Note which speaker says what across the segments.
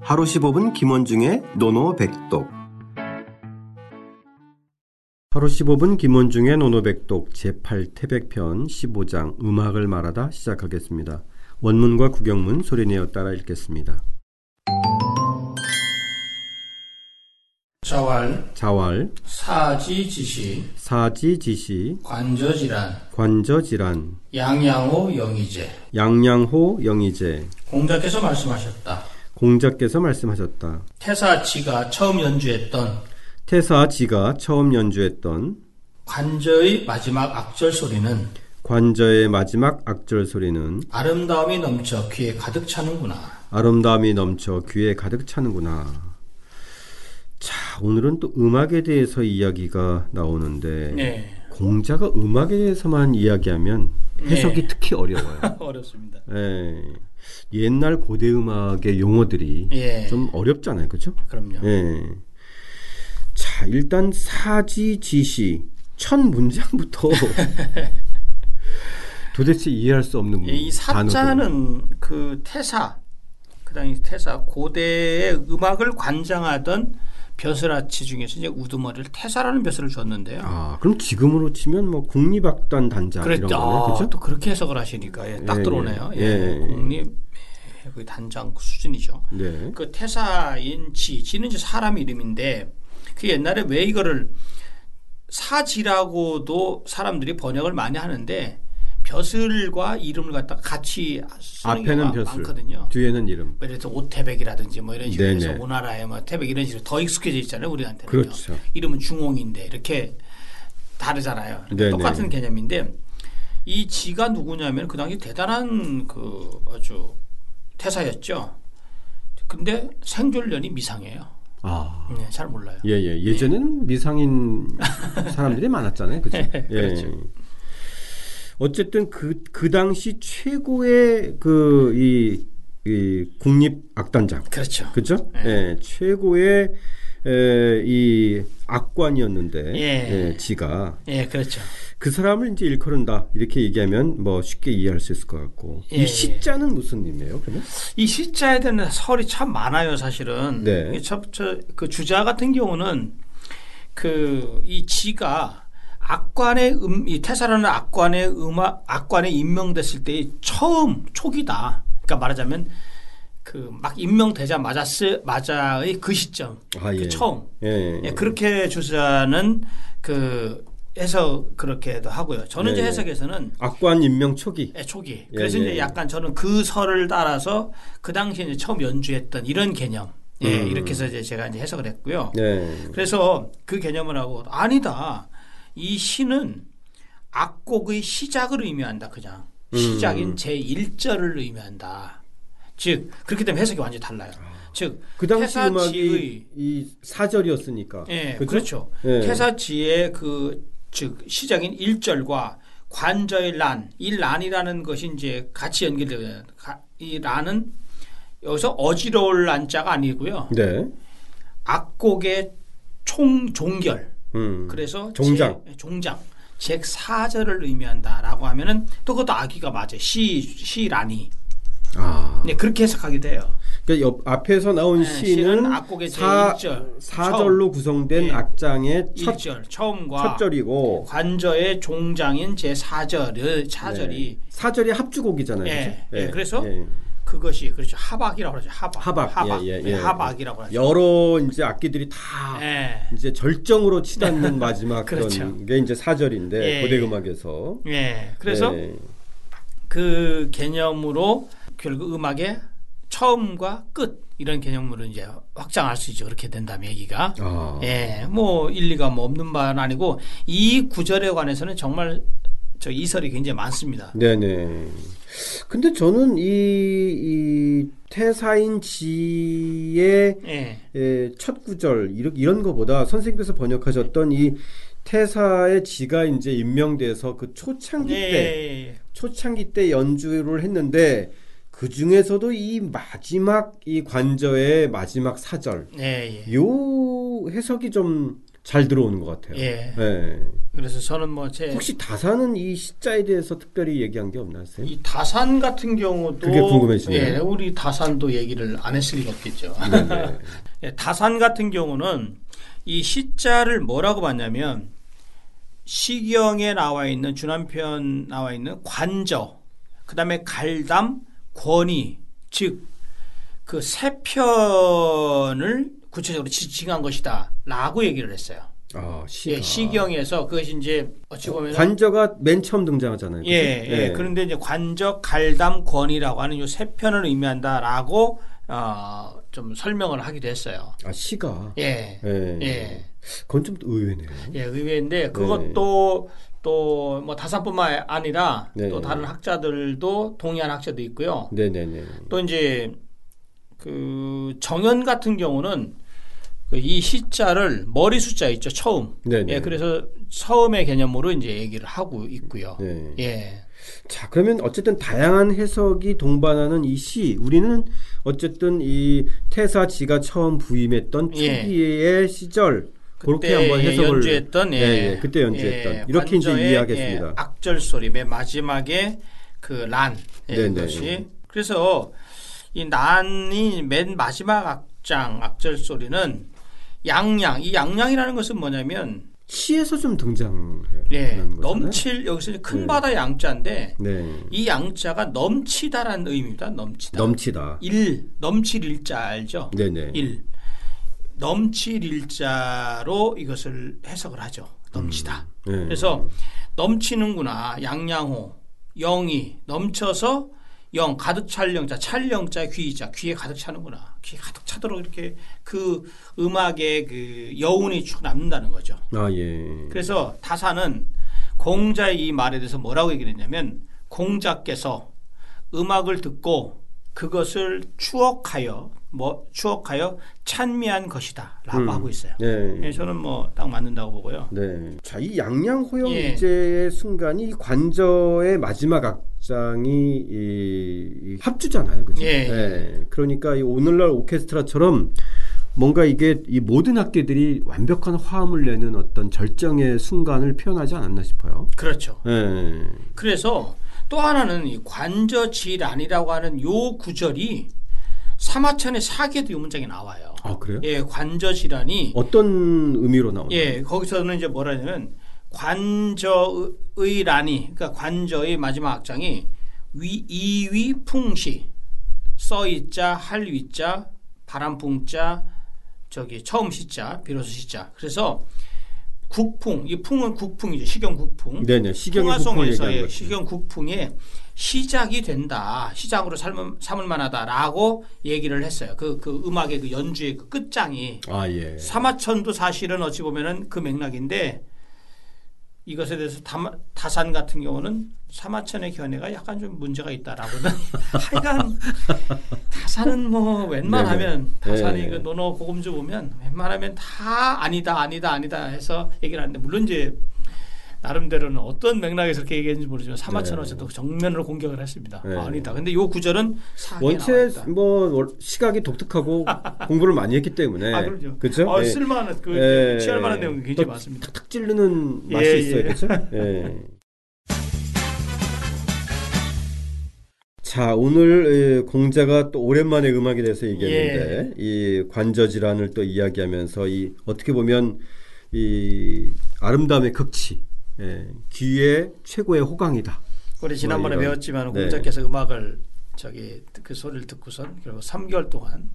Speaker 1: 하루 15분 김원중의 노노백독 하루 15분 김원중의 노노백독 제8태백편 15장 음악을 말하다 시작하겠습니다. 원문과 구경문 소리내어 따라 읽겠습니다.
Speaker 2: 자왈,
Speaker 1: 자왈,
Speaker 2: 사지지시,
Speaker 1: 사지지시,
Speaker 2: 관저질환,
Speaker 1: 관저질환,
Speaker 2: 양양호 영의제.
Speaker 1: 양양호 영의제
Speaker 2: 공자께서 말씀하셨다.
Speaker 1: 공자께서 말씀하셨다.
Speaker 2: 태사지가 처음 연주했던
Speaker 1: 태사지가 처음 연주했던
Speaker 2: 관저의 마지막 악절 소리는
Speaker 1: 관저의 마지막 악절 소리는
Speaker 2: 아름다움이 넘쳐 귀에 가득 차는구나.
Speaker 1: 아름다움이 넘쳐 귀에 가득 차는구나. 자, 오늘은 또 음악에 대해서 이야기가 나오는데
Speaker 2: 네.
Speaker 1: 공자가 음악에 대해서만 이야기하면 해석이
Speaker 2: 네.
Speaker 1: 특히 어려워요.
Speaker 2: 어렵습니다.
Speaker 1: 예. 옛날 고대 음악의 용어들이
Speaker 2: 예.
Speaker 1: 좀 어렵잖아요, 그렇죠?
Speaker 2: 그럼요.
Speaker 1: 예. 자, 일단 사지지시 첫 문장부터 도대체 이해할 수 없는
Speaker 2: 예, 이
Speaker 1: 단어들.
Speaker 2: 사자는 그 태사, 그 당시 태사 고대의 음악을 관장하던 벼슬아치 중에서 이제 우두머리를 태사라는 벼슬을 줬는데요.
Speaker 1: 아, 그럼 지금으로 치면 뭐 국립악단 단장
Speaker 2: 그랬죠. 아,
Speaker 1: 이런 거네, 그렇죠?
Speaker 2: 또 그렇게 해석을 하시니까 예, 딱
Speaker 1: 예,
Speaker 2: 들어오네요.
Speaker 1: 예.
Speaker 2: 예,
Speaker 1: 예, 예.
Speaker 2: 국립 예, 그 단장 수준이죠.
Speaker 1: 네.
Speaker 2: 그 태사인 지, 지는 이제 사람 이름인데 그 옛날에 왜 이거를 사지라고도 사람들이 번역을 많이 하는데 벼슬과 이름을 갖다가 같이 쓰는
Speaker 1: 앞에는
Speaker 2: 경우가
Speaker 1: 벼슬,
Speaker 2: 많거든요.
Speaker 1: 뒤에는 이름.
Speaker 2: 예를 들어서 오태백이라든지 뭐 이런 식으로
Speaker 1: 네네.
Speaker 2: 해서 오나라의 뭐 태백 이런 식으로 더 익숙해져 있잖아요 우리한테는
Speaker 1: 그렇죠.
Speaker 2: 네. 이름은 중홍인데 이렇게 다르잖아요 그러니까
Speaker 1: 네네.
Speaker 2: 똑같은 개념인데 이 지가 누구냐면 그 당시 대단한 그 아주 태사였죠 근데 생존년이 미상해요
Speaker 1: 아.
Speaker 2: 네, 잘 몰라요
Speaker 1: 예, 예.
Speaker 2: 네.
Speaker 1: 예전에는 미상인 사람들이 많았잖아요. 그죠? 예.
Speaker 2: 그렇죠.
Speaker 1: 어쨌든 그, 그 당시 최고의 그, 이, 이 국립악단장.
Speaker 2: 그렇죠
Speaker 1: 그죠? 예. 최고의 에, 이 악관이었는데.
Speaker 2: 예.
Speaker 1: 예, 지가.
Speaker 2: 예 그렇죠
Speaker 1: 그 사람을 이제 일컬은다. 이렇게 얘기하면 뭐 쉽게 이해할 수 있을 것 같고.
Speaker 2: 예,
Speaker 1: 이
Speaker 2: 예.
Speaker 1: 시자는 무슨 의미예요, 그러면?
Speaker 2: 이 시자에 대한 설이 참 많아요, 사실은.
Speaker 1: 네.
Speaker 2: 이게 첫, 저, 그 주자 같은 경우는 그 이 지가 악관의 음, 이 태사라는 악관의 음악, 악관에 임명됐을 때의 처음 초기다. 그러니까 말하자면 그 막 임명되자마자 쓰, 맞아의 그 시점,
Speaker 1: 아,
Speaker 2: 그
Speaker 1: 예.
Speaker 2: 처음.
Speaker 1: 예, 예.
Speaker 2: 예, 그렇게 주자는 그 해석 그렇게도 하고요. 저는 이제
Speaker 1: 네.
Speaker 2: 해석에서는
Speaker 1: 악관 임명 초기.
Speaker 2: 예, 초기.
Speaker 1: 예,
Speaker 2: 그래서
Speaker 1: 예.
Speaker 2: 이제 약간 저는 그 설을 따라서 그 당시에 이제 처음 연주했던 이런 개념. 예, 이렇게 해서 이제 제가 이제 해석을 했고요.
Speaker 1: 음. 네.
Speaker 2: 그래서 그 개념을 하고 아니다. 이 시는 악곡의 시작을 의미한다. 그냥
Speaker 1: 음.
Speaker 2: 시작인 제 1절을 의미한다. 즉 그렇게 되면 해석이 완전히 달라요. 즉
Speaker 1: 그 당시
Speaker 2: 태사지의-
Speaker 1: 음악이 이 사절이었으니까.
Speaker 2: 예,
Speaker 1: 그죠?
Speaker 2: 그렇죠.
Speaker 1: 예.
Speaker 2: 태사지의 그 즉 시작인 1절과 관저의 란, 이 란이라는 것이 이제 같이 연결되는 이 란은 여기서 어지러울 란자가 아니고요.
Speaker 1: 네.
Speaker 2: 악곡의 총 종결.
Speaker 1: 음.
Speaker 2: 그래서
Speaker 1: 종장.
Speaker 2: 제, 예, 종장. 즉 사절을 의미한다라고 하면은 또 그것도 아기가 맞아요. 시 시란이.
Speaker 1: 아.
Speaker 2: 네, 그렇게 해석하게 돼요.
Speaker 1: 그러니까 옆 앞에서 나온
Speaker 2: 네,
Speaker 1: 시는
Speaker 2: 시는 악곡의
Speaker 1: 사,
Speaker 2: 제일절.
Speaker 1: 사절로 구성된
Speaker 2: 예.
Speaker 1: 악장의 첫,
Speaker 2: 1절 처음과
Speaker 1: 첫 절이고
Speaker 2: 관저의 종장인 제 4절의 사절이
Speaker 1: 네. 사절이 합주곡이잖아요.
Speaker 2: 예,
Speaker 1: 그죠?
Speaker 2: 예, 그래서
Speaker 1: 예.
Speaker 2: 그것이 그렇죠 하박이라고 그러죠 하박
Speaker 1: 하박, 예, 예,
Speaker 2: 예,
Speaker 1: 예.
Speaker 2: 하박이라고 하죠
Speaker 1: 여러 이제 악기들이 다
Speaker 2: 예.
Speaker 1: 이제 절정으로 치닫는 마지막 그런
Speaker 2: 그렇죠.
Speaker 1: 게 이제 사절인데
Speaker 2: 예,
Speaker 1: 고대
Speaker 2: 예.
Speaker 1: 음악에서
Speaker 2: 예. 그래서
Speaker 1: 예.
Speaker 2: 그 개념으로 결국 음악의 처음과 끝 이런 개념으로 이제 확장할 수 있죠 그렇게 된다면 얘기가
Speaker 1: 아.
Speaker 2: 예, 뭐 일리가 뭐 없는 바는 아니고 이 구절에 관해서는 정말 저 이설이 굉장히 많습니다.
Speaker 1: 네네. 근데 저는 이, 이 태사인 지의
Speaker 2: 예,
Speaker 1: 에, 첫 구절 이런, 이런 거보다 선생님께서 번역하셨던 이 태사의 지가 이제 임명돼서 그 초창기
Speaker 2: 예,
Speaker 1: 때
Speaker 2: 예, 예.
Speaker 1: 초창기 때 연주를 했는데 그 중에서도 이 마지막 이 관저의 마지막 사절
Speaker 2: 예, 예.
Speaker 1: 요 해석이 좀 잘 들어오는 것 같아요.
Speaker 2: 예.
Speaker 1: 예.
Speaker 2: 그래서 저는 뭐제
Speaker 1: 혹시 다사는 이 시자에 대해서 특별히 얘기한 게 없나요, 쌤?
Speaker 2: 이 다산 같은 경우도
Speaker 1: 그게 궁금해지네요.
Speaker 2: 예, 우리 다산도 얘기를 안 했을 리가 없겠죠.
Speaker 1: 네네.
Speaker 2: 예, 다산 같은 경우는 이 시자를 뭐라고 봤냐면 시경에 나와 있는 주남편 나와 있는 관저, 그다음에 갈담, 권위, 즉 그 세 편을 구체적으로 지칭한 것이다라고 얘기를 했어요.
Speaker 1: 아, 시가.
Speaker 2: 예, 시경에서 그것이 이제 어찌 보면
Speaker 1: 관저가 맨 처음 등장하잖아요. 그죠? 네.
Speaker 2: 예, 예. 그런데 이제 관적, 갈담, 권이라고 하는 요 세 편을 의미한다라고 어, 좀 설명을 하기도 했어요.
Speaker 1: 아, 시가.
Speaker 2: 예,
Speaker 1: 예.
Speaker 2: 예,
Speaker 1: 그건 좀 의외네요.
Speaker 2: 예, 의외인데 그것도 또 뭐 다산뿐만 아니라
Speaker 1: 네.
Speaker 2: 또 다른 학자들도 동의한 학자도 있고요.
Speaker 1: 네네네.
Speaker 2: 또 이제 그 정연 같은 경우는 그이 시자를 머리 숫자 있죠 처음.
Speaker 1: 네네.
Speaker 2: 예, 그래서 처음의 개념으로 이제 얘기를 하고 있고요.
Speaker 1: 네.
Speaker 2: 예.
Speaker 1: 자, 그러면 어쨌든 다양한 해석이 동반하는 이 시, 우리는 어쨌든 이 태사 지가 처음 부임했던
Speaker 2: 예.
Speaker 1: 초기의 시절, 그렇게
Speaker 2: 그때
Speaker 1: 한번
Speaker 2: 예,
Speaker 1: 해석을
Speaker 2: 연주했던 예,
Speaker 1: 예, 예, 그때 연주했던 이렇게 이제
Speaker 2: 관저의,
Speaker 1: 이해하겠습니다.
Speaker 2: 예, 악절 소리 맨 마지막에 그란 예,
Speaker 1: 네네.
Speaker 2: 것이 그래서 이 난이 맨 마지막 악장 악절 소리는 양양 이 양양이라는 것은 뭐냐면
Speaker 1: 시에서 좀 등장하는
Speaker 2: 예,
Speaker 1: 거잖아요.
Speaker 2: 넘칠 여기서 이제 큰
Speaker 1: 네.
Speaker 2: 바다 양자인데
Speaker 1: 네.
Speaker 2: 이 양자가 넘치다라는 의미입니다. 넘치다.
Speaker 1: 넘치다.
Speaker 2: 일 넘칠 일자 알죠?
Speaker 1: 네네.
Speaker 2: 일 넘칠 일자로 이것을 해석을 하죠. 넘치다.
Speaker 1: 네.
Speaker 2: 그래서 넘치는구나 양양호 영이 넘쳐서 영 가득 찰 영자 찰 영자 귀자 귀에 가득 차는구나 귀에 가득 차도록 이렇게 그 음악의 그 여운이 쭉 남는다는 거죠.
Speaker 1: 아, 예.
Speaker 2: 그래서 다사는 공자의 이 말에 대해서 뭐라고 얘기를 했냐면 공자께서 음악을 듣고 그것을 추억하여 뭐 추억하여 찬미한 것이다라고
Speaker 1: 음.
Speaker 2: 하고 있어요.
Speaker 1: 네.
Speaker 2: 예, 저는 뭐 딱 맞는다고 보고요.
Speaker 1: 네. 자, 이 양양 호영
Speaker 2: 예.
Speaker 1: 이제의 순간이 이 관저의 마지막 악장이 이, 이 합주잖아요. 그죠?
Speaker 2: 예.
Speaker 1: 그러니까 이 오늘날 오케스트라처럼 뭔가 이게 이 모든 악기들이 완벽한 화음을 내는 어떤 절정의 순간을 표현하지 않았나 싶어요.
Speaker 2: 그렇죠.
Speaker 1: 예.
Speaker 2: 그래서 또 하나는 이 관저지란이라고 하는 요 구절이 사마천의 사계도 요 문장이 나와요.
Speaker 1: 아, 그래요?
Speaker 2: 예, 관저지란이
Speaker 1: 어떤 의미로 나오나요?
Speaker 2: 예, 거기서는 이제 뭐라 하냐면 관저의 란이 그러니까 관저의 마지막 악장이 위 이위 풍시 써이자 할위자 바람풍자 저기 처음 시자 비로소 시자 그래서 국풍 이 풍은 국풍이죠 시경 국풍
Speaker 1: 네네. 시경의 국풍을 얘기하는
Speaker 2: 풍화송에서의
Speaker 1: 거죠.
Speaker 2: 시경 국풍의 시작이 된다. 시작으로 삶을, 삼을 만하다라고 얘기를 했어요. 그, 그 음악의 그 연주의 그 끝장이.
Speaker 1: 아, 예.
Speaker 2: 사마천도 사실은 어찌 보면은 그 맥락인데 이것에 대해서 다, 산 같은 경우는 사마천의 견해가 약간 좀 문제가 있다라고는 하여간 다산은 뭐 웬만하면
Speaker 1: 네네.
Speaker 2: 다산이
Speaker 1: 네.
Speaker 2: 그 노노 고금주 보면 웬만하면 다 아니다 아니다 아니다 해서 얘기를 하는데 물론 이제 나름대로는 어떤 맥락에서 그렇게 얘기했는지 모르지만 사마천
Speaker 1: 네.
Speaker 2: 어쨌든 그 정면으로 공격을 했습니다.
Speaker 1: 네.
Speaker 2: 아니다. 근데 요 구절은 사기에
Speaker 1: 원체
Speaker 2: 나와있다.
Speaker 1: 뭐 월- 시각이 독특하고 공부를 많이 했기 때문에
Speaker 2: 아, 그럼요.
Speaker 1: 그렇죠?
Speaker 2: 어,
Speaker 1: 예.
Speaker 2: 쓸만한 그
Speaker 1: 예.
Speaker 2: 취할 만한 내용이 굉장히
Speaker 1: 또
Speaker 2: 많습니다.
Speaker 1: 탁탁 찌르는 맛이
Speaker 2: 예,
Speaker 1: 있어요,
Speaker 2: 예.
Speaker 1: 그렇죠? 예. 자, 오늘 에, 공자가 또 오랜만에 음악에 대해서
Speaker 2: 예.
Speaker 1: 얘기했는데 이 관저 질환을 또 이야기하면서 이 어떻게 보면 이 아름다움의 극치, 예, 귀의 최고의 호강이다.
Speaker 2: 우리 지난번에
Speaker 1: 뭐 이런.
Speaker 2: 배웠지만
Speaker 1: 네.
Speaker 2: 공자께서 음악을 저기 그 소리를 듣고선 결국 3개월 동안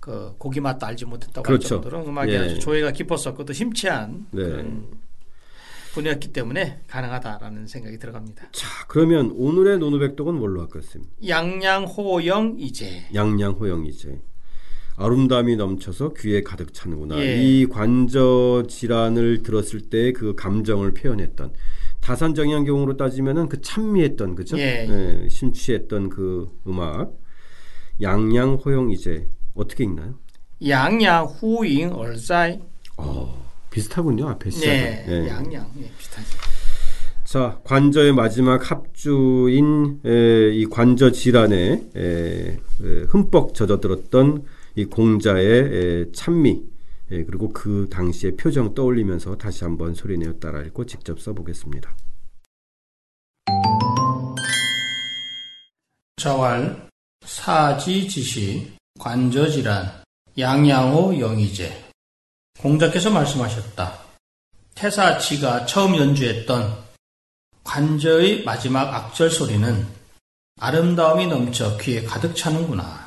Speaker 2: 그 고기 맛도 알지 못했다고
Speaker 1: 그렇죠.
Speaker 2: 할 정도로 음악에
Speaker 1: 예.
Speaker 2: 아주 조예가 깊었었고 또 심취한
Speaker 1: 네.
Speaker 2: 그런 분야였기 때문에 가능하다라는 생각이 들어갑니다.
Speaker 1: 자, 그러면 오늘의 노노백독은 뭘로 할까요, 쌤?
Speaker 2: 양양호영 이제
Speaker 1: 양양호영이제 아름다움이 넘쳐서 귀에 가득 차는구나.
Speaker 2: 예.
Speaker 1: 이 관저 질환을 들었을 때 그 감정을 표현했던 다산 정향경으로 따지면은 그 찬미했던 그죠?
Speaker 2: 예.
Speaker 1: 예, 심취했던 그 음악 양양호영이제 어떻게 읽나요?
Speaker 2: 양양후잉 얼싸이
Speaker 1: 어, 비슷하군요 앞에 시작.
Speaker 2: 네, 양양 예, 비슷하죠.
Speaker 1: 자 관저의 마지막 합주인 에, 이 관저 질환에 에, 에, 흠뻑 젖어들었던 이 공자의 에, 찬미 예, 그리고 그 당시의 표정 떠올리면서 다시 한번 소리내어 따라 읽고 직접 써보겠습니다.
Speaker 2: 자왈, 사지지시, 관저질환, 양양호 영의제. 공자께서 말씀하셨다. 태사치가 처음 연주했던 관저의 마지막 악절 소리는 아름다움이 넘쳐 귀에 가득 차는구나.